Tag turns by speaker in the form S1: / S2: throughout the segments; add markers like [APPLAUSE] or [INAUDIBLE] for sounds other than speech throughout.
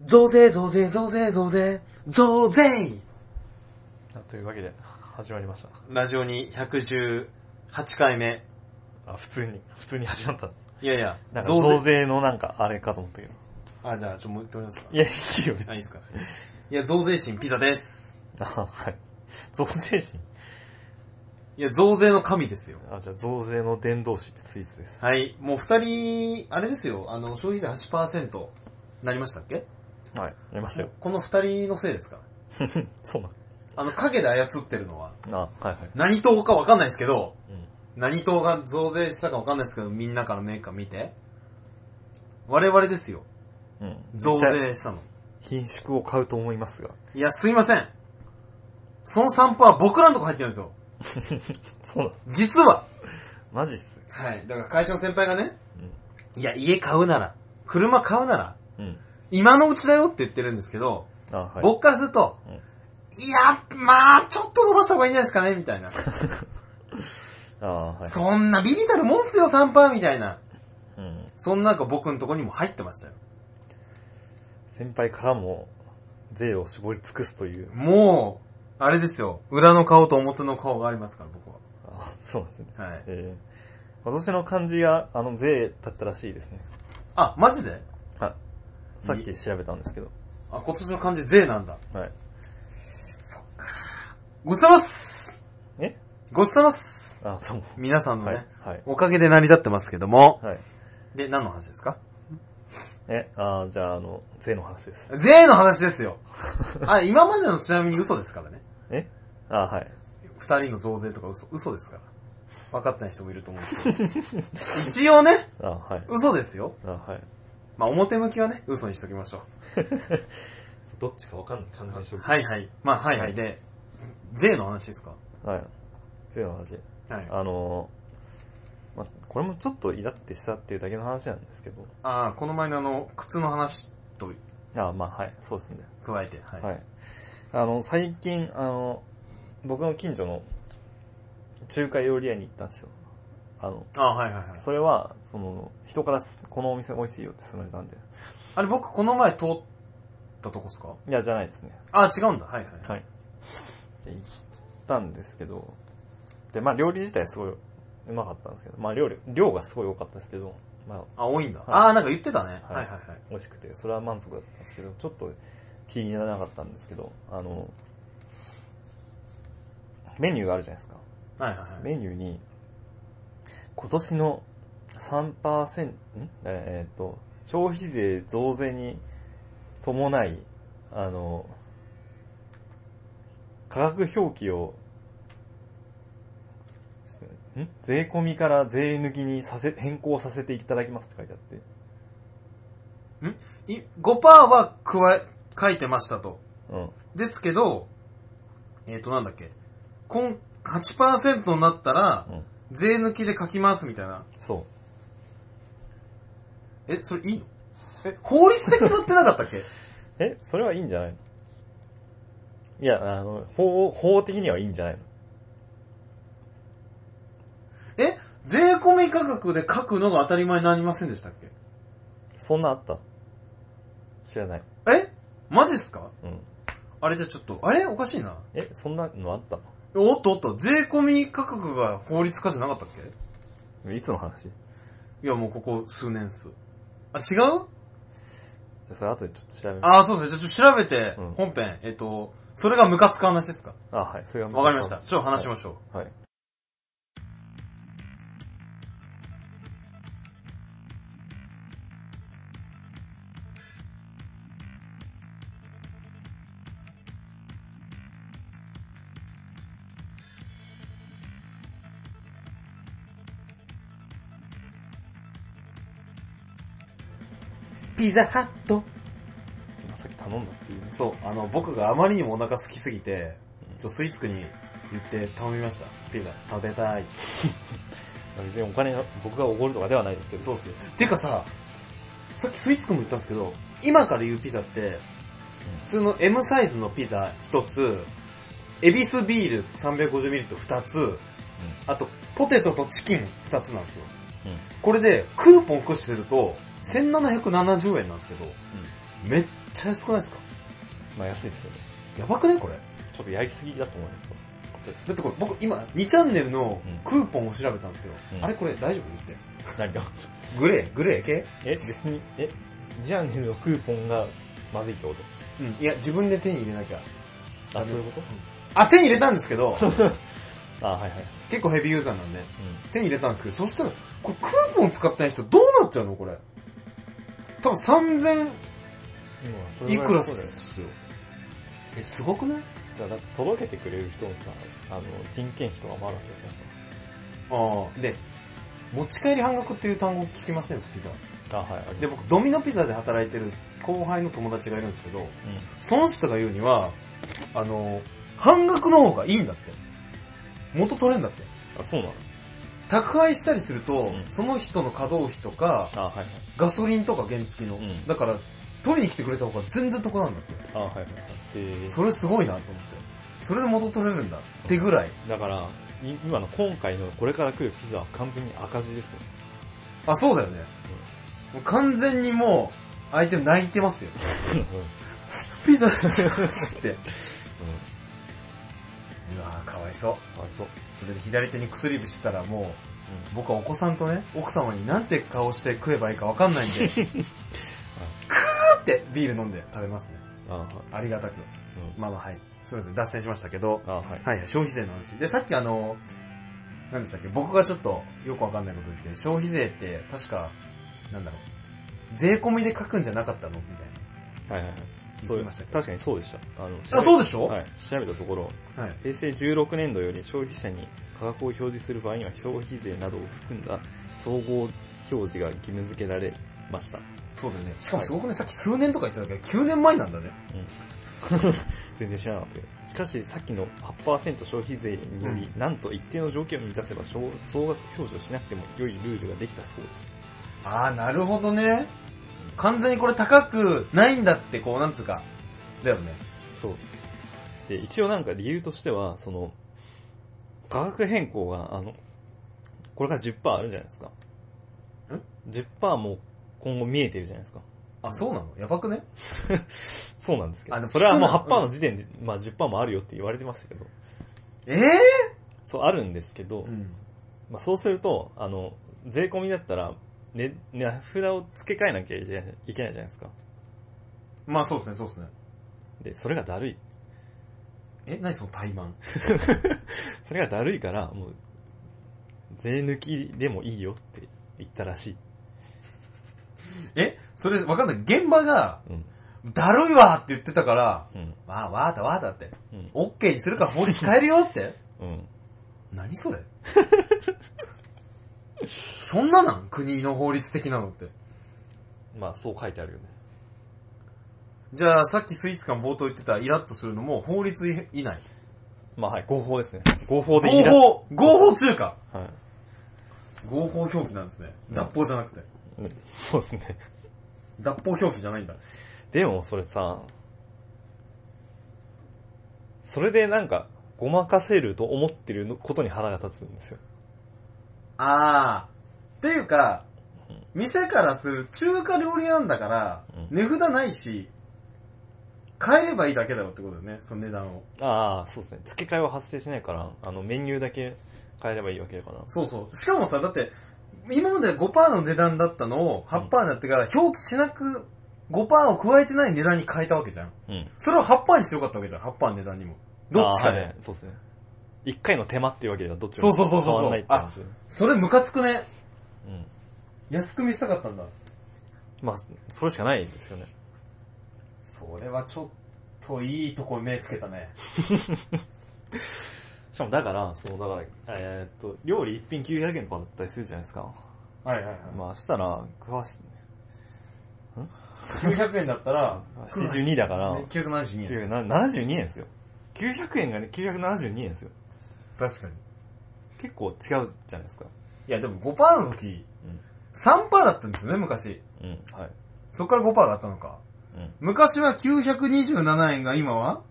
S1: 増税、増税、増税、増税、増税
S2: というわけで、始まりました。
S1: ラジオに118回目。
S2: あ、普通に、普通に始まった。
S1: いやいや、
S2: なんか増税のなんかあれかと思ったけど。
S1: あ、じゃあ、ちょ、もう一回やりますか
S2: い。や、いいよ、別
S1: あ、いい
S2: に。
S1: ですか。いや、増税神ピザです。
S2: あ、はい。増税神
S1: いや、増税の神ですよ。
S2: あ、じゃあ増税の伝道師スイーツです。
S1: はい、もう二人、あれですよ、あの、消費税8%なりましたっけ
S2: はい。やりましたよ。
S1: この二人のせいですから。
S2: [LAUGHS] そう
S1: あの、影で操ってるのは、
S2: なん。あ、はいはい。
S1: 何党かわかんないですけど、
S2: うん。
S1: 何党が増税したかわかんないですけど、みんなからメーカー見て。我々ですよ。
S2: うん。
S1: 増
S2: めっちゃ
S1: 税したの。
S2: 品種を買うと思いますが。
S1: いや、すいません。その散歩は僕らのとこ入ってるんですよ。
S2: そうなん。
S1: 実は。
S2: マジっす。
S1: はい。だから会社の先輩がね、いや、家買うなら、車買うなら、
S2: うん。うん。
S1: 今のうちだよって言ってるんですけど、
S2: あ、はい。
S1: 僕からすると、
S2: うん
S1: いや、まあちょっと伸ばした方がいいんじゃないですかね、みたいな。
S2: あ、はい。
S1: そんなビビたるもんっすよ、3パーみたいな。
S2: うん。
S1: そんなんか僕のとこにも入ってましたよ。
S2: 先輩からも、税を絞り尽くすという。
S1: もう、あれですよ。裏の顔と表の顔がありますから、僕
S2: あ、そうなんですね。
S1: は。はい。
S2: えー、今年の漢字が、あの、税だったらしいですね。
S1: あ、マジで
S2: はい。さっき調べたんですけど。
S1: あ、今年の漢字税なんだ。
S2: はい。
S1: ごちそうさまっす
S2: え
S1: ごちそうさまっす
S2: あ、そうも。
S1: 皆さんのね、
S2: はい。はい。
S1: おかげで成り立ってますけども。
S2: はい。
S1: で、何の話ですか
S2: え、あーじゃあ、あの、税の話です。
S1: 税の話ですよ。 [LAUGHS] あ、今までのちなみに嘘ですからね。
S2: えあーはい。
S1: 二人の増税とか嘘、嘘ですから。分かってない人もいると思うんで
S2: [LAUGHS]
S1: すけど。一応ね、
S2: あーはい。
S1: 嘘ですよ。
S2: あーはい。
S1: まあ表向きはね、嘘にしときましょう。
S2: どっちかわかんない感じでしょ
S1: はいはい。まあはいはい。で、税の話ですか
S2: はい。税の話。
S1: はい。
S2: あのー、ま、これもちょっとイラってしたっていうだけの話なんですけど。
S1: ああ、この前のあの、靴の話と
S2: あーまあ、はい。そうですね。
S1: 加えて、はい。
S2: はい。あの、最近、あの、僕の近所の中華料理屋に行ったんですよ。あの、
S1: ああ、はいはいはい。
S2: それは、その、人からすこのお店美味しいよって勧めたんで。
S1: あれ僕この前通ったとこっすか
S2: いや、じゃないですね。
S1: ああ、違うんだ。はいはい。
S2: はい。で、行ったんですけど、で、まあ料理自体すごいうまかったんですけど、まあ料理、量がすごい多かったですけど、まあ
S1: あ、多いんだ。
S2: い
S1: ああ、なんか言ってたね。は
S2: はいい
S1: はいはい。
S2: 美味しくて、それは満足だったんですけど、ちょっと気にならなかったんですけど、あの、メニューがあるじゃないですか。
S1: はいはいはい。
S2: メニューに、今年の3%、んえーっと、消費税増税に伴い、あの、価格表記を、ん税込みから税抜きにさせ、変更させていただきますって書いてあって。
S1: い5%は加え、書いてましたと。
S2: うん。
S1: ですけど、えっ、ー、となんだっけ。今、8%になったら、
S2: うん。
S1: 税抜きで書きますみたいな。
S2: そう。
S1: え、それいいのえ、法律で決まってなかったっけ
S2: え、それはいいんじゃないのいや、あの、法、法的にはいいんじゃないの
S1: え、税込み価格で書くのが当たり前になりませんでしたっけ
S2: そんなあった知らない。
S1: えマジっすか
S2: うん。
S1: あれじゃちょっと、あれおかしいな。
S2: え、そんなのあった
S1: おっとおっと、税込み価格が法律化じゃなかったっけ
S2: のいつの話じゃ
S1: いやもうここ数年っす。あ、違う
S2: あそれ後でちょっと調べます。
S1: ああ、そうですね。じゃあちょっと調べて、
S2: うん
S1: 本編、えっ、と、それがムカつく話ですか
S2: あ、はい。それは
S1: わかりました。ちょっと話しましょう。
S2: う。はい。
S1: ピザハット。
S2: 今さっき頼んだっていうね。
S1: そう、あの、僕があまりにもお腹空きすぎて、ちょっとスイーツクに言って頼みました。ピザ食べたいっつって。
S2: 別にお金が、僕がおごるとかではないですけど。
S1: そうっすよ。てかさ、さっきスイーツクも言ったんですけど、今から言うピザって、普通の M サイズのピザ1つ、エビスビール 350ml 2つ、あと、ポテトとチキン2つなんですよ。
S2: うん。うん。
S1: これで、クーポン駆使すると、1770円なんですけど、めっちゃ安くないですか
S2: まあ安いですよね。
S1: やばくないこれ。
S2: ちょっとやりすぎだと思いますよ。それ
S1: だってこれ僕今2チャンネルの
S2: うん
S1: クーポンを調べたんですよ。
S2: うん
S1: あれこれ大丈夫って。
S2: 何が [LAUGHS]
S1: グレー、グレー系
S2: え、別に、え、ジャーネルのクーポンがまずいってこ
S1: うん。いや、自分で手に入れなきゃ。
S2: とあ、そういうこ
S1: あ、手に入れたんですけど、
S2: とあ、はいはい。
S1: 結構ヘビーユーザーなんで、
S2: う
S1: 手に入れたんですけど、そしたら、これクーポン使ってない人どうなっちゃうのこれ。多分3000
S2: ん。まあそれ
S1: い
S2: ぐ
S1: くら
S2: ら
S1: っ
S2: いそうだよ
S1: すよ。え、すごくない
S2: じゃあ、だって届けてくれる人もさ、あの、人件費とかもあるわけで
S1: ああ。で、
S2: す
S1: 持ち帰り半額っていう単語聞きませんピザ。
S2: よ。あ、はい、あり
S1: で、
S2: ます
S1: 僕、ドミノピザで働いてる後輩の友達がいるんですけど、
S2: うん。
S1: その人が言うには、あの、半額の方がいいんだって。元取れんだって。
S2: あ、そうなの
S1: 宅配したりすると、
S2: うん
S1: その人の稼働費とか、
S2: あ、はいはい。
S1: ガソリンとか原付の。
S2: うん
S1: だから、取りに来てくれた方が全然得なんだって。
S2: あ、はいはい。で、
S1: それすごいなと思って。それで元取れるんだ。ってぐらい。
S2: だから、い今の今回のこれから来るピザは完全に赤字ですよ。
S1: あ、そうだよね。もう完全にもう、相手泣いてますよ。
S2: うん。
S1: ピ [LAUGHS] ザですって。うわぁ、かわいそう。
S2: ありそう。
S1: それで左手に薬指してたらも
S2: う
S1: う、僕はお子さんとね、奥様になんて顔して食えばいいかわかんないん
S2: [LAUGHS]
S1: で、クーってビール飲んで食べますね。
S2: ん。あ、はい。
S1: ありがたく。
S2: うん。
S1: まあまあはい。すいません、脱線しましたけど、
S2: あ、はい。
S1: はいはい、消費税の話。で、さっきあの、何でしたっけ、僕がちょっとよくわかんないこと言って、消費税って確か、なんだろう、税込みで書くんじゃなかったのみたいな
S2: はいはいはい。
S1: 言ってましたけど。
S2: 確かにそうでした。あの、
S1: あ、そうでしょ
S2: はい。調べたところ、
S1: はい。
S2: 平成16年度より消費者に価格を表示する場合には消費税などを含んだ総合表示が義務付けられました。 [LAUGHS]
S1: そうだよね。しかもすごくね、さっき数年とか言ってたけど、9年前なんだね。
S2: 全然知らなかったけど。しかし、さっきの8%消費税により、なんと一定の条件を満たせば、総総額表示をしなくても良いルールができたそうです。
S1: あー、なるほどね。完全にこれ高くないんだって、こう、なんつうか。だよね。
S2: そう。で、一応なんか理由としては、その、価格変更が、あの、これから10%あるじゃないですか。?10% も今後見えてるじゃないですか。
S1: あ、そうなのやばくね
S2: そうなんですけ
S1: あで
S2: ど。
S1: も
S2: それはもう
S1: 聞くな
S2: 8%の時点で、まあ10%もあるよって言われてましたけど。
S1: ええ
S2: そう、あるんですけど、
S1: うん。
S2: まあそうすると、あの、税込みだったら、ね、値札を付け替えなきゃいけないいけないじゃないですか。
S1: まあそうですね、そうですね。
S2: で、それがだるい。
S1: え、何その怠慢 [LAUGHS]
S2: それがだるいから、もう、税抜きでもいいよって言ったらしい。
S1: え、それわかんない。現場が、
S2: うん。
S1: だるいわって言ってたから、
S2: うん。
S1: わーわーだわーだって、
S2: うん。
S1: オッケーにするから法律変えるよって。
S2: うん。
S1: 何それ [LAUGHS] そんななん国の法律的なのって。
S2: まあ、そう書いてあるよね。
S1: じゃあ、さっきスイーツ館冒頭言ってたイラッとするのも法律以内。
S2: まあ、はい、合法ですね。合法でい
S1: 合
S2: いだ。
S1: 法、合法中華
S2: はい。
S1: 合法表記なんですね。脱法じゃなくて。
S2: うんそうですね。
S1: 脱法表記じゃないんだ。
S2: でも、それさ、それでなんか、ごまかせると思ってるのことに腹が立つんですよ。
S1: あー。っていうか
S2: うん、
S1: 店からする中華料理屋なんだから、
S2: うん
S1: 値札ないし、買えればいいだけだろってことだよね、その値段を。
S2: ああ、そうですね。付け替えは発生しないから、あの、メニューだけ変えればいいわけだから。
S1: そうそう。しかもさ、だって、今まで5%の値段だったのを8%になってから表記しなく、5%を加えてない値段に変えたわけじゃん。
S2: うん。
S1: それを8%にしてよかったわけじゃん、8%の値段にも。どっちか
S2: ああは
S1: で
S2: い。そうですね。一回の手間っていうわけではどっち
S1: そう
S2: も
S1: そうそうそう
S2: 変わんないって話で。
S1: それムカつくね。
S2: うん。
S1: 安く見せたかったんだ。
S2: まあ、それしかないですよね。
S1: それはちょっといいとこ目つけたね。
S2: しかもだから、そう、だから、えーっと、料理一品900円とかだったりするじゃないですか。
S1: はいはいはい。
S2: まあ、したら、食わし、
S1: 900円だったら、
S2: 72だから、
S1: 972円ですよ。
S2: 972円ですよ。900円がね、972円ですよ。
S1: 確かに。
S2: 結構違うじゃないですか。
S1: いやでも5%の時、3%だったんですよね、昔。
S2: うん。うん、はい。
S1: そっから5%があったのか。
S2: うん。
S1: 昔は927円が今は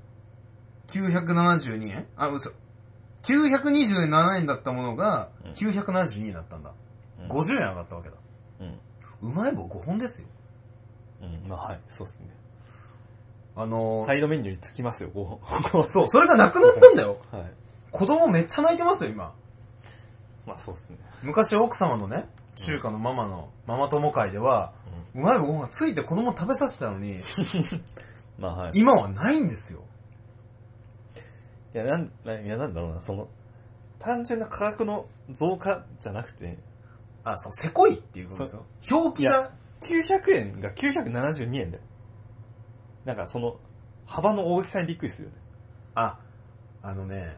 S1: ?972 円あ、嘘。927円だったものが
S2: うん
S1: 972円になったんだ。
S2: うん
S1: 50円上がったわけだ。
S2: うん。
S1: うまい棒5本ですよ。
S2: うん、まあはい、そうですね。
S1: あの
S2: サイドメニューにつきますよ、こうここは。
S1: そう、それがなくなったんだよ。
S2: はい。
S1: 子供めっちゃ泣いてますよ、今。
S2: まあそうですね。
S1: 昔奥様のね、中華のママの、ママ友会では、うまいご飯がついて子供食べさせてたの
S2: [LAUGHS]
S1: に、
S2: まあはい。い
S1: 今はないんですよ。
S2: や、なん、ないや、なんだろうな、その、単純な価格の増加じゃなくて、
S1: あ、そう、せこいっていうことですよ。表記
S2: い
S1: が
S2: や、900円が972円だよ。なんかその、幅の大きさにびっくりするよね。
S1: あ、あのね、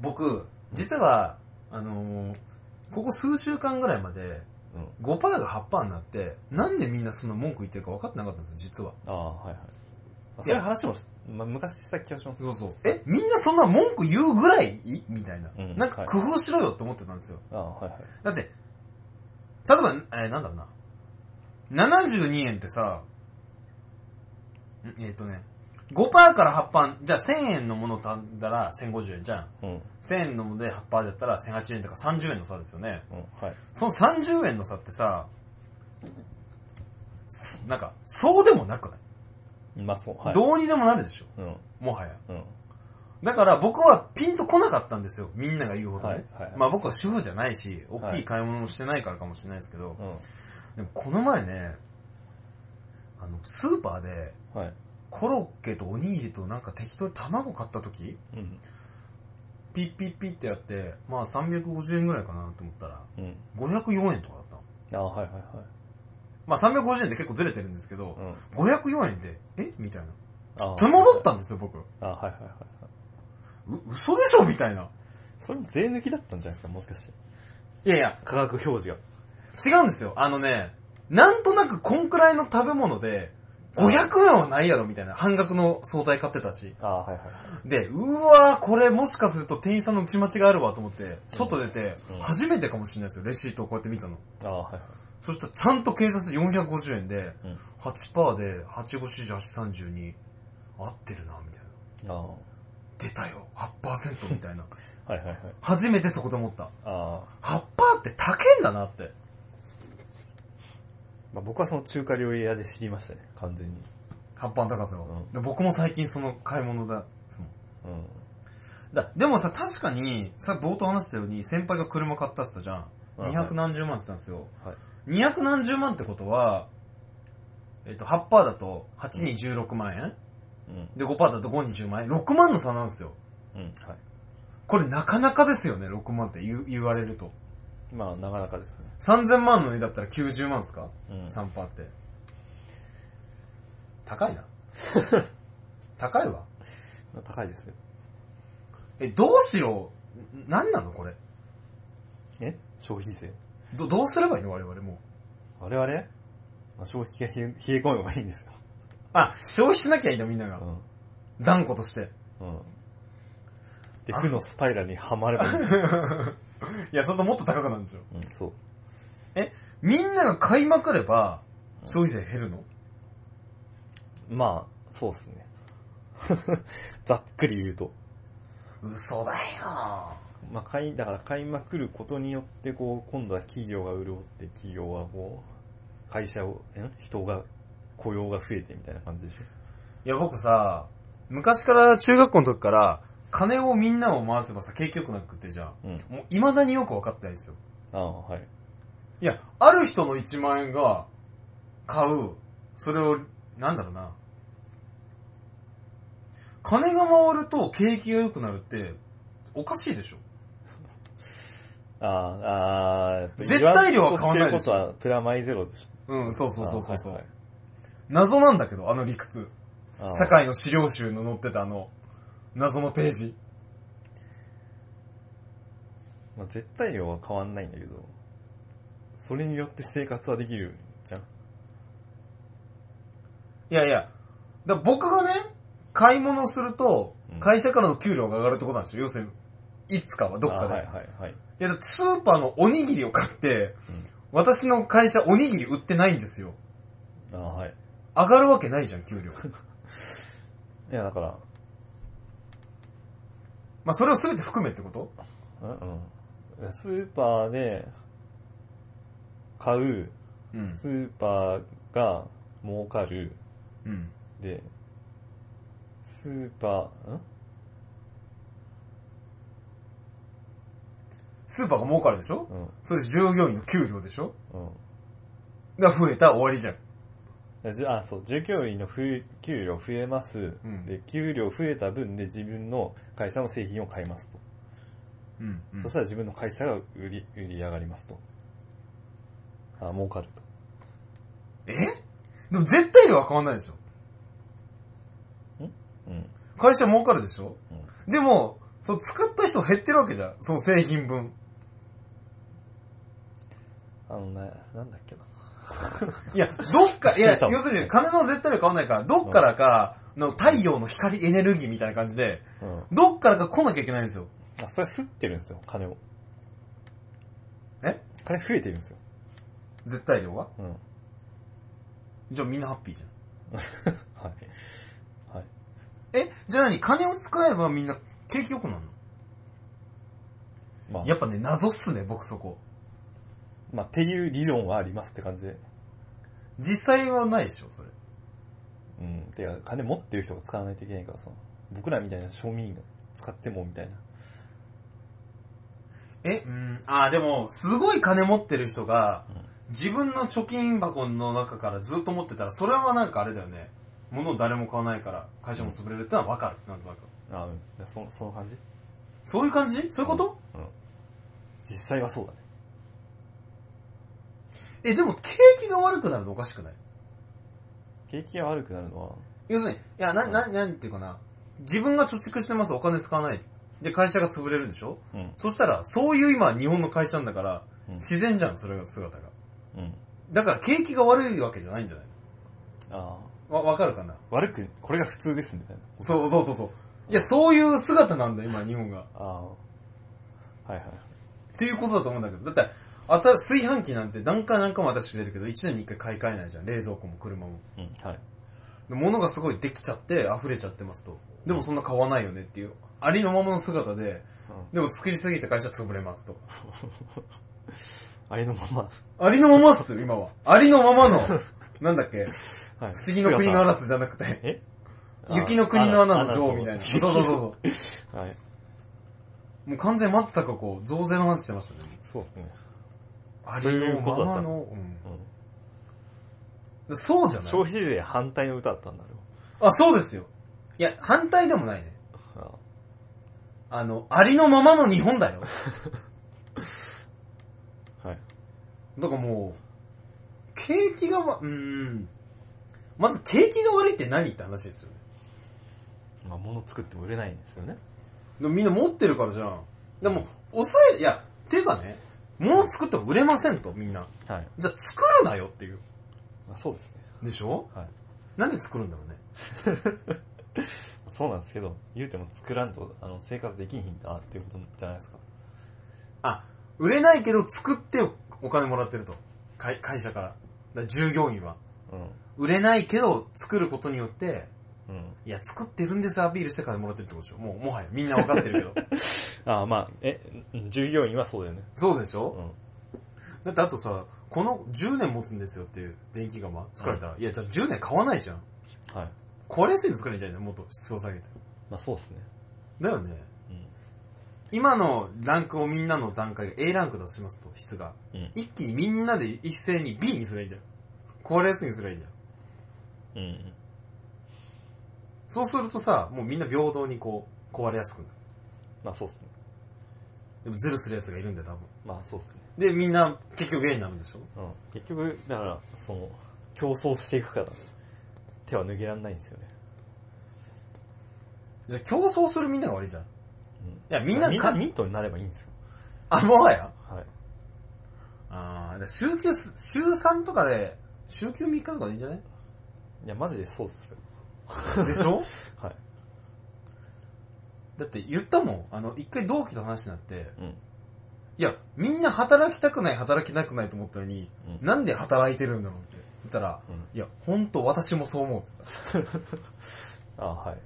S1: 僕、実は、あのーここ数週間ぐらいまで、
S2: うん。
S1: 5%が8%になって、なんでみんなそんな文句言ってるか分かってなかったんですよ、実は。
S2: ああ、はいはい。まあ
S1: い
S2: そうい
S1: や
S2: う話もし、まあ、昔した気がします。
S1: そうそう。え、みんなそんな文句言うぐらいみたいな。
S2: うん
S1: なんか工夫しろよって思ってたんですよ。
S2: ああ、はいはい。
S1: だって、例えば、えーなんだろうな。72円ってさ、んえっ、とね、5%から8%、じゃあ1000円のものだったら1050円じゃん。
S2: うん。うん、
S1: 1000円のもので8%だったら1080円とか30円の差ですよね。
S2: はい。
S1: その30円の差ってさ、すなんか、そうでもなくない、
S2: まあそう、はい。
S1: どうにでもなるでしょ
S2: うん、
S1: もはや。
S2: うん。
S1: だから僕はピンとこなかったんですよ。みんなが言うほどね。
S2: はいはい
S1: まあ僕は主婦じゃないし、大きい買い物もしてないからかもしれないですけど、
S2: う
S1: でもこの前ね、あの、スーパーで
S2: ん。はい。
S1: コロッケとおにぎりとなんか適当に卵買った時、
S2: うん。
S1: ピッピッピッってやって、まあ350円ぐらいかなと思ったら、
S2: うん。
S1: 504円とかだったの。
S2: ああ、はいはい
S1: まあ350円で結構ずれてるんですけど、
S2: はい。うん。
S1: 504円で、えみたいな。
S2: ああ
S1: 手戻ったんですよ、僕。う、
S2: ああ、はいはいはい。
S1: 嘘でしょみたいな。
S2: それも税抜きだったんじゃないですか、もしかして。
S1: いやいや、
S2: 価格表示が。
S1: 違うんですよ。あのね、なんとなくこんくらいの食べ物で、500円はないやろみたいな。半額の惣菜買ってたし。
S2: ああ、はいはい。
S1: で、うわーこれもしかすると店員さんの打ち間違いあるわと思って、外出て
S2: う、ん
S1: 初めてかもしれないですよ。レシートをこうやって見たの。
S2: ああ、はいはい。
S1: そしたらちゃんと計算して450円で、
S2: うん。
S1: 8%で854832、合ってるな、みたいな。
S2: ああ、
S1: 出たよ、8%みた
S2: [LAUGHS]
S1: いな。
S2: はいはいはい。
S1: 初めてそこで思った。
S2: ああ、
S1: 8%って高えんだなって。
S2: まあ、僕はその中華料理屋で知りましたね、完全に。
S1: 8%の高さを、
S2: うん
S1: で僕も最近その買い物だ。その
S2: うん。
S1: だでもさ、確かに、さ、冒頭話したように、先輩が車買ったって言ったじゃん。
S2: はい
S1: 二百何十万って言ったんですよ。
S2: はい。
S1: 二百何十万ってことは、えっと、8%だと8に16万円、
S2: うん。
S1: で、5%だと5に10万円 ?6 万の差なんですよ。
S2: うん。はい。
S1: これなかなかですよね、6万って言う言われると。
S2: まあ、なかなかですね。
S1: 3000万の値だったら90万ですか、
S2: うん
S1: ?3% って。高
S2: [LAUGHS]
S1: いな。高いわ。
S2: まあ高いですよ。
S1: え、どうしよう。んなんなのこれ。
S2: え消費税
S1: ど、どうすればいいの我々もう。
S2: 我々、まあ、消費が冷え冷え込めばいいんですよ。
S1: あ、消費しなきゃいいんだみんなが。
S2: う
S1: 断固として。
S2: ん。うん。で、負のスパイラルにはまればいいんですよ。
S1: いや、それともっと高くなるんでしょ。
S2: [LAUGHS] うん、そう。
S1: え、みんなが買いまくれば、消費税減るの、
S2: まあ、そうですね。 [LAUGHS] ざっくり言うと。
S1: 嘘だよ
S2: まあ、買い、だから買いまくることによって、こう、今度は企業が潤って、企業はこう、会社を、ん人が、雇用が増えてみたいな感じでし
S1: いや、僕さ、昔から、中学校の時から、金をみんなを回せばさ、景気良くなるってじゃん。
S2: ょ。うん。
S1: もう、未だによく分かってないですよ。
S2: ああ、はい。
S1: いや、ある人の1万円が、買う、それを、なんだろうな。金が回ると景気が良くなるって、おかしいでしょ
S2: ああ、ああ、
S1: 絶対量は変わんない
S2: 言わんと
S1: で
S2: し
S1: してょ
S2: ることはプラマイゼロでし
S1: うん、そう
S2: ょ。
S1: そうそうそうそう、
S2: ああはい
S1: 謎なんだけど、あの理屈。
S2: はいああ
S1: 社会の資料集の載ってたあの、謎のページ。
S2: まあ、絶対量は変わんないんだけど、それによって生活はできるじゃん。
S1: いやいや、だ僕がね、買い物をすると
S2: う、ん
S1: 会社からの給料が上がるってことなんですよ。要するに、いつかはどっかで。
S2: ああはい
S1: い
S2: はいはい。
S1: や、だってスーパーのおにぎりを買って、
S2: うん
S1: 私の会社おにぎり売ってないんですよ。
S2: ああ、はい。
S1: 上がるわけないじゃん、給料。 [LAUGHS]
S2: いや、だから、
S1: まあ、それを全て含めってこと
S2: うんうん。スーパーで買う、
S1: うん
S2: スーパーが儲かる、
S1: うん。
S2: で、スーパー、ん
S1: スーパーが儲かるでしょ
S2: うん、
S1: それ従業員の給料でしょ
S2: うん。
S1: が増えたら終わりじゃん。
S2: だじゅあ、そう、従業員のふえ給料増えます、
S1: うん
S2: で、給料増えた分で自分の会社の製品を買いますと。
S1: うん、うん。
S2: そしたら自分の会社が売り、売り上がりますと。あ、儲かると。
S1: えでも絶対量は変わんないでしょ
S2: うん。
S1: 会社儲かるでしょ、でも、そう、使った人減ってるわけじゃん。その製品 [LAUGHS] 分。
S2: あのね、なんだっけな。
S1: いや、どっか、いや、
S2: たもん
S1: 要するに金の絶対量変わんないから、どっからかの太陽の光エネルギーみたいな感じで、
S2: うん。
S1: どっからか来なきゃいけないんですよ。
S2: あ、それは吸ってるんですよ、金を。
S1: え
S2: 金増えてるんですよ。
S1: 絶対量が。
S2: うん。はい。
S1: じゃあみんなハッピーじゃん。
S2: はい。
S1: え、じゃあ何金を使えばみんな景気良くなる
S2: まあ
S1: の、やっぱね、謎っすね、僕そこ。
S2: まあ、っていう理論はありますって感じで。
S1: 実際はないでしょ、それ。
S2: うん。てか、金持ってる人が使わないといけないから、その、僕らみたいな庶民が使ってもみたいな。
S1: え、うん、あーでも、すごい金持ってる人が、自分の貯金箱の中からずっと持ってたら、それはなんかあれだよね。物を誰も買わないから、会社も潰れるってのはわかる。なんとなく。
S2: あうん。そその感じ
S1: そういう感じそういうこと、
S2: うん。実際はそうだね。
S1: え、でも、景気が悪くなるのおかしくない
S2: 景気が悪くなるのは、
S1: 要するに、いや、な、な、なんていうかな。自分が貯蓄してます、お金使わない。で、会社が潰れるんでしょ
S2: うん。
S1: そしたら、そういう今、日本の会社なんだから、
S2: うん
S1: 自然じゃん、それが姿が。
S2: うん。
S1: だから、景気が悪いわけじゃないんじゃない
S2: ああ。
S1: わ、わかるかな
S2: 悪く、これが普通ですみたいな。
S1: そうそうそうそう。いや、そういう姿なんだよ、今、日本が。
S2: ああ。はいはい。
S1: っていうことだと思うんだけど。だって、あた、炊飯器なんて何回何回も私してるけど、1年に1回買い替えないじゃん。冷蔵庫も車も。
S2: うん。はい。
S1: で物がすごいできちゃって、溢れちゃってますと。でもそんな買わないよねっていう。ありのままの姿で、でも作りすぎて会社潰れますと。
S2: ありのまま。
S1: ありのままっすよ、今は。ありのままの、なんだっけ、
S2: はい。
S1: 不思議の国のアラスじゃなくて、
S2: え
S1: 雪の国の穴の女王みたいな。そうそうそう
S2: う。
S1: そう。
S2: はい。
S1: もう完全に松たか子、増税の話してましたね。
S2: そうですね。
S1: あ
S2: そう
S1: り
S2: い
S1: の
S2: うこ
S1: ま
S2: とだっ
S1: ま
S2: たの
S1: の、うん
S2: うん。
S1: そうじゃない
S2: 消費税反対の歌だったんだろ
S1: あ、そうですよ。いや、反対でもないね。
S2: う。あ
S1: あの、ありのままの日本だよ。
S2: あはい。
S1: だからもう、景気がわ、うーん。まず景気が悪いって何って話ですよね。
S2: まあ、物作っても売れないんですよね。
S1: でもみんな持ってるからじゃん。でも、抑え、いや、ていうかね、物作っても売れませんと、みんな。
S2: はい。
S1: じゃあ作るなよっていう。
S2: まあ、そうですね。
S1: でしょ
S2: はい。
S1: なんで作るんだろうね。
S2: そうなんですけど、言うても作らんと、あの、生活できんひんだっていうことじゃないですか。
S1: あ、売れないけど作ってお金もらってると。会会社から。だから従業員は。
S2: う
S1: 売れないけど作ることによって、
S2: ん。うん。
S1: いや、作ってるんですアピールして金もらってるってことでしょ。もう、もはや、みんなわかってる
S2: [LAUGHS]
S1: けど。
S2: ああ、まあ、え、うん従業員はそうだよね。
S1: そうでし
S2: う
S1: ょ、
S2: ん。
S1: だってあとさ、この10年持つんですよっていう電気釜作られたら、いや、じゃあ10年買わないじゃん。
S2: はい。
S1: 壊れやすいの作れんじゃないのもっと質を下げて。
S2: まあ、そうですね。
S1: だよね。
S2: う
S1: 今のランクをみんなの段階が A ランクだとしますと、質が。
S2: ん。うん。
S1: 一気にみんなで一斉に B にすればいいんだよ。壊れやすいにすればいいんだよ。
S2: うん。
S1: そうするとさ、もうみんな平等にこう、壊れやすくなる。
S2: まあ、そうですね。
S1: でもズルするやつがいるんだよ、多分。
S2: まあ、そうですね。
S1: で、みんな結局 A になるんでしょ
S2: うん。結局、だから、その、競争していくから、手は抜けられないんですよね。
S1: じゃあ競争するみんなが悪いじゃん。
S2: うん。い
S1: やみんな
S2: みん
S1: か
S2: なニートになればいいんですよ。
S1: あ、もはや
S2: はい。
S1: ああ、週休す、週3とかで、週休3日とかでいいんじゃない
S2: いや、マジでそうっすよ。
S1: でしょ
S2: はい。
S1: [LAUGHS] だって言ったもん。あの、一回同期と話になって、
S2: うん。
S1: いや、みんな働きたくない、働きたくないと思ったのに、
S2: うん
S1: なんで働いてるんだろうって言ったら、
S2: うん
S1: いや、ほんと私もそう思うっつった。
S2: ああ、はい。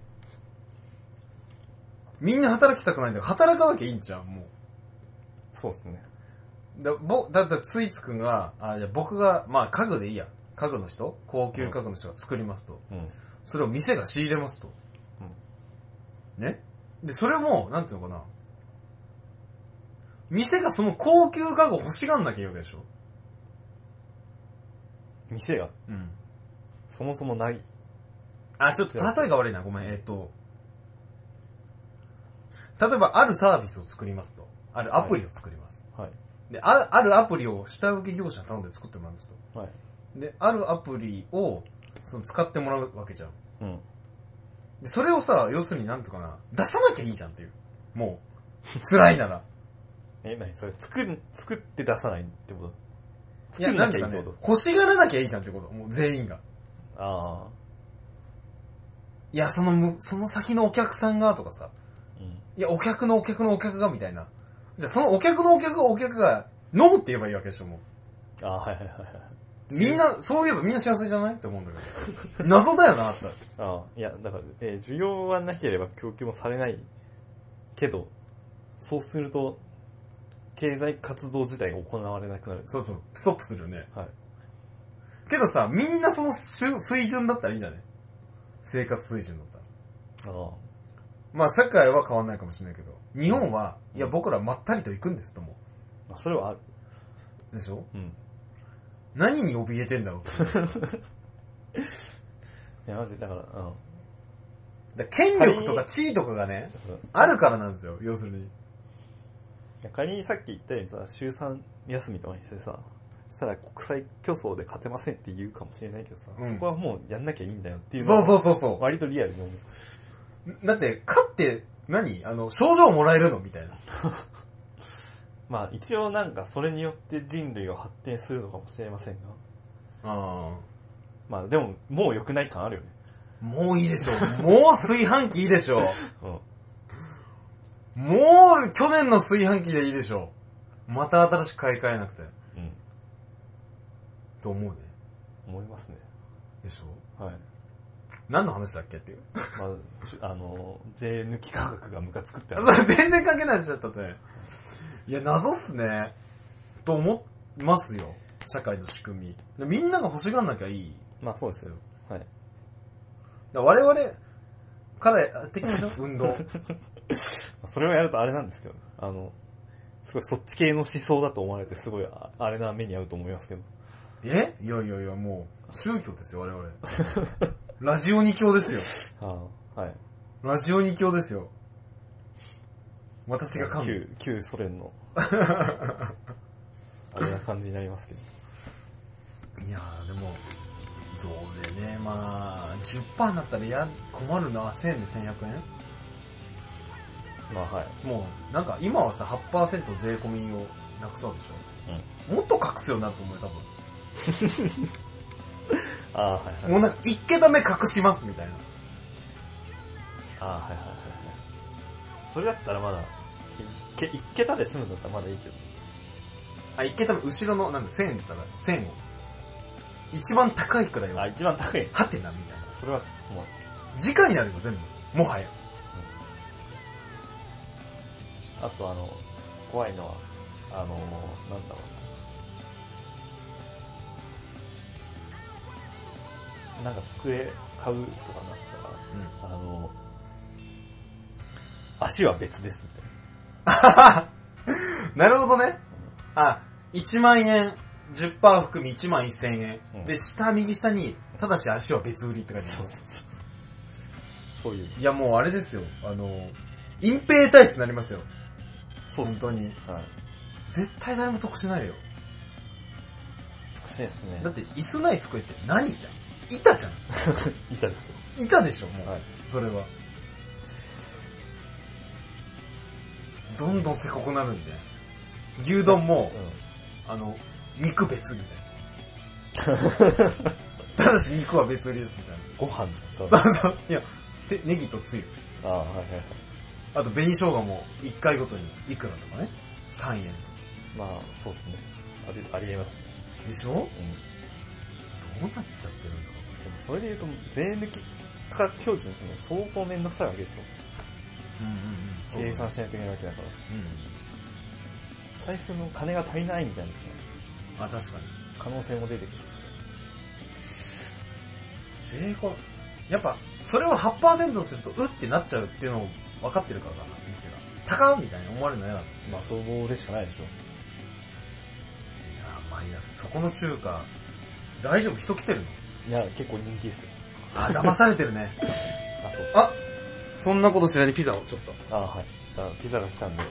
S1: みんな働きたくないんだから、働かなきゃいいんじゃん、も
S2: そうですね。
S1: う。だ、ぼ、だって、ついつくんが、あ、じゃ僕が、まあ、家具でいいや。家具の人高級家具の人が作りますと。
S2: うん。
S1: それを店が仕入れますと。ねで、それも、なんていうのかな。店がその高級家具を欲しがんなきゃいいわけでしょ
S2: 店が
S1: うん。
S2: そもそもない。
S1: あ、ちょっと例えが悪いな、ごめん。えっと、例えばあるサービスを作りますと。あるアプリを作ります。
S2: はい。
S1: で、ああるアプリを下請け業者に頼んで作ってもらうんですと。
S2: はい。
S1: で、あるアプリを、その使ってもらうわけじゃん。
S2: うん。
S1: で、それをさ、要するになんとかな、出さなきゃいいじゃんっていう。もう、辛いなら。
S2: え、何それ作る、作って出さないってこと
S1: いや、
S2: 作ん
S1: な
S2: なんき
S1: て
S2: ゃ
S1: い
S2: いうい
S1: か
S2: って
S1: ね
S2: こと、
S1: 欲しがらなきゃいいじゃんってこと。もう全員が。
S2: あ
S1: いや、そのむ、その先のお客さんがとかさ、
S2: あ。うん。
S1: いや、お客のお客のお客がみたいな。じゃあ、そのお客のお客がお客が、ノーって言えばいいわけでしょ、も
S2: ああ、はいはいはいはい。
S1: う。みんな、そういえばみんな幸せじゃないって思うんだけど。 [LAUGHS] 謎だよな、って。
S2: ああ、いや、だから、えー需要はなければ供給もされないけど、そうすると、経済活動自体が行われなくなる。
S1: そうそう、ストップするよね。
S2: はい。
S1: けどさ、みんなその水水準だったらいいんじゃない生活水準だったら。
S2: ああ、
S1: まあ、世界は変わんないかもしれないけど、日本は、いや、僕らまったりと行くんですとも。
S2: まあ、それはある。
S1: でしょ
S2: うん。
S1: 何に怯えてんだろうと。
S2: いや、マジで、だから、うん。
S1: だから権力とか地位とかがね、
S2: うん
S1: あるからなんですよ、要するに。
S2: いや仮にさっき言ったようにさ、週3休みとかにしてさ、そしたら国際競争で勝てませんって言うかもしれないけどさ、
S1: うん
S2: そこはもうやんなきゃいいんだよっていう
S1: そう
S2: の
S1: そううそうそう。
S2: 割とリアルに思う。
S1: だって、勝って何、あの、症状もらえるのみたいな。
S2: まあ一応なんかそれによって人類は発展するのかもしれませんが、
S1: あ
S2: まあでももう良くない感あるよね。
S1: もういいでしょう。もう炊飯器いいでしょ
S2: うん。
S1: う。もう去年の炊飯器でいいでしょう。また新しく買い替えなくて。
S2: うん。
S1: と思うね。
S2: 思いますね。
S1: でしょ
S2: はい。
S1: 何の話だっけっていう。
S2: まあし、あの、税抜き価格がムカつくってある。
S1: 全然関係ない話だったね。いや、謎っすね。と思いますよ。社会の仕組み。でみんなが欲しがんなきゃいい
S2: まあそう
S1: で
S2: です
S1: すよ。。
S2: よはい。
S1: だから我々、からあ的な [LAUGHS] 人運動。
S2: まあそれをやるとあれなんですけど、あの、すごいそっち系の思想だと思われてすごいああれな目に遭うと思いますけど。
S1: えいやいやいや、もう、宗教ですよ、我々。ラジオ二教ですよ。
S2: ああ、はい。
S1: ラジオ二教ですよ。私が神。
S2: 旧、旧ソ連の。あれな感じになりますけど。
S1: いやー、でも、増税ね、まあ、10%になったらや、困るな、1000円で1100円
S2: まあはい。
S1: もう、なんか今はさ、8%税込みをなくそうでしょ。もっと隠すようになると思うよ、多
S2: ああ、はいはい。
S1: 分。もうなんか、一桁目隠します、みたいな。
S2: ああ、はいはいはいはい。それだったらまだ、一け一桁で済むんだったらまだいいけど。
S1: あ、一桁目、後ろの、なんか1000円だったら、1000円を。一番高いくらい
S2: あ、
S1: は、
S2: 一番高い。
S1: はてな、みたいな。
S2: それはちょっともう、
S1: 時間になるよ、全部。もはや。 [LAUGHS]
S2: あとあの、怖いのは、あの、なんだろうな。なんか机買うとかなったら、あの、足は別ですみたいな。
S1: なるほどね。あ、1万円、10%含み1万1000円。
S2: うん
S1: で、下、右下に、ただし足は別売りって書いてあ
S2: そう
S1: る。
S2: そうそう。そういう。
S1: いや、もうあれですよ。あの、隠蔽体質になりますよ。
S2: そう
S1: 本
S2: っすね。
S1: 当に。
S2: はい。
S1: 絶対誰も得しないよ。
S2: 欲しいですね
S1: だっ。て、椅子ない机って何じゃん板じゃん。
S2: 板ですよ。
S1: 板でしょ、もう。
S2: はい
S1: それは。どんどんせこくなるんで。牛丼も、あの、肉別みたいな。ただし肉は別売りですみたい
S2: ご飯と
S1: な。
S2: か。
S1: そうそう。いや、で、ネギとつゆ。
S2: ああ、はいはいはい。
S1: あと紅生姜も1回ごとにいくらとかね。3円。
S2: まあ、そうですね。あり、ありえますね。
S1: でしょど
S2: うん。
S1: うなっちゃってるんですか
S2: でもそれで言うと、税抜き価格標準ですね。相当めんどくさいわけですよ。
S1: うんうんうん。そう
S2: 計算しないといけないわけだから。
S1: うん。
S2: 財布の金が足りないみたいなですね。
S1: あ、確かに。
S2: 可能性も出てくるんですよ。
S1: 税込やっぱ、それを8%すると、うってなっちゃうっていうのを分かってるからかな、店が。高っみたいに思われるの嫌なの。
S2: まあ、そこでしかないでしょ。
S1: いやーマイナス。そこの中華、大丈夫人来てるの
S2: いや、結構人気ですよ。
S1: あー、騙されてるね。
S2: あ、そう。
S1: あそんなこと知らにピザを、ちょっと。
S2: あ、はい。じゃあピザが来たんで。
S1: はい。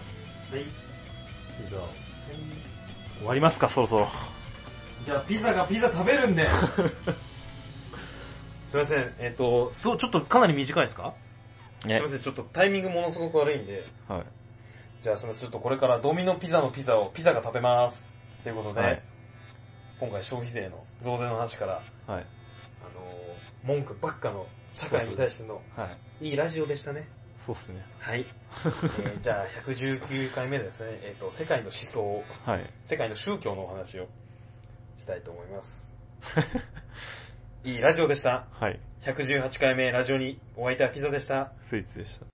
S2: ピザを。終わりますか、そろそろ。
S1: じゃあピザがピザ食べるんで。 [LAUGHS] すいません、えっ、と、そう、ちょっとかなり短いですかすい
S2: ね
S1: ま。せん、ちょっとタイミングものすごく悪いんで。
S2: はい。
S1: じゃあすみません、ちょっとこれからドミノピザのピザをピザが食べます。ということで、
S2: はい
S1: 今回消費税の増税の話から、あの
S2: はい。
S1: ー文句ばっかの社会に対しての、
S2: はい。
S1: いいラジオでしたね。
S2: そうっすね。
S1: はい。えーじゃあ119回目ですね、えっ、と、世界の思想を、
S2: はい。
S1: 世界の宗教のお話をしたいと思います。いいラジオでした。
S2: はい。
S1: 118回目ラジオにお相手はピザでした。
S2: スイーツでした。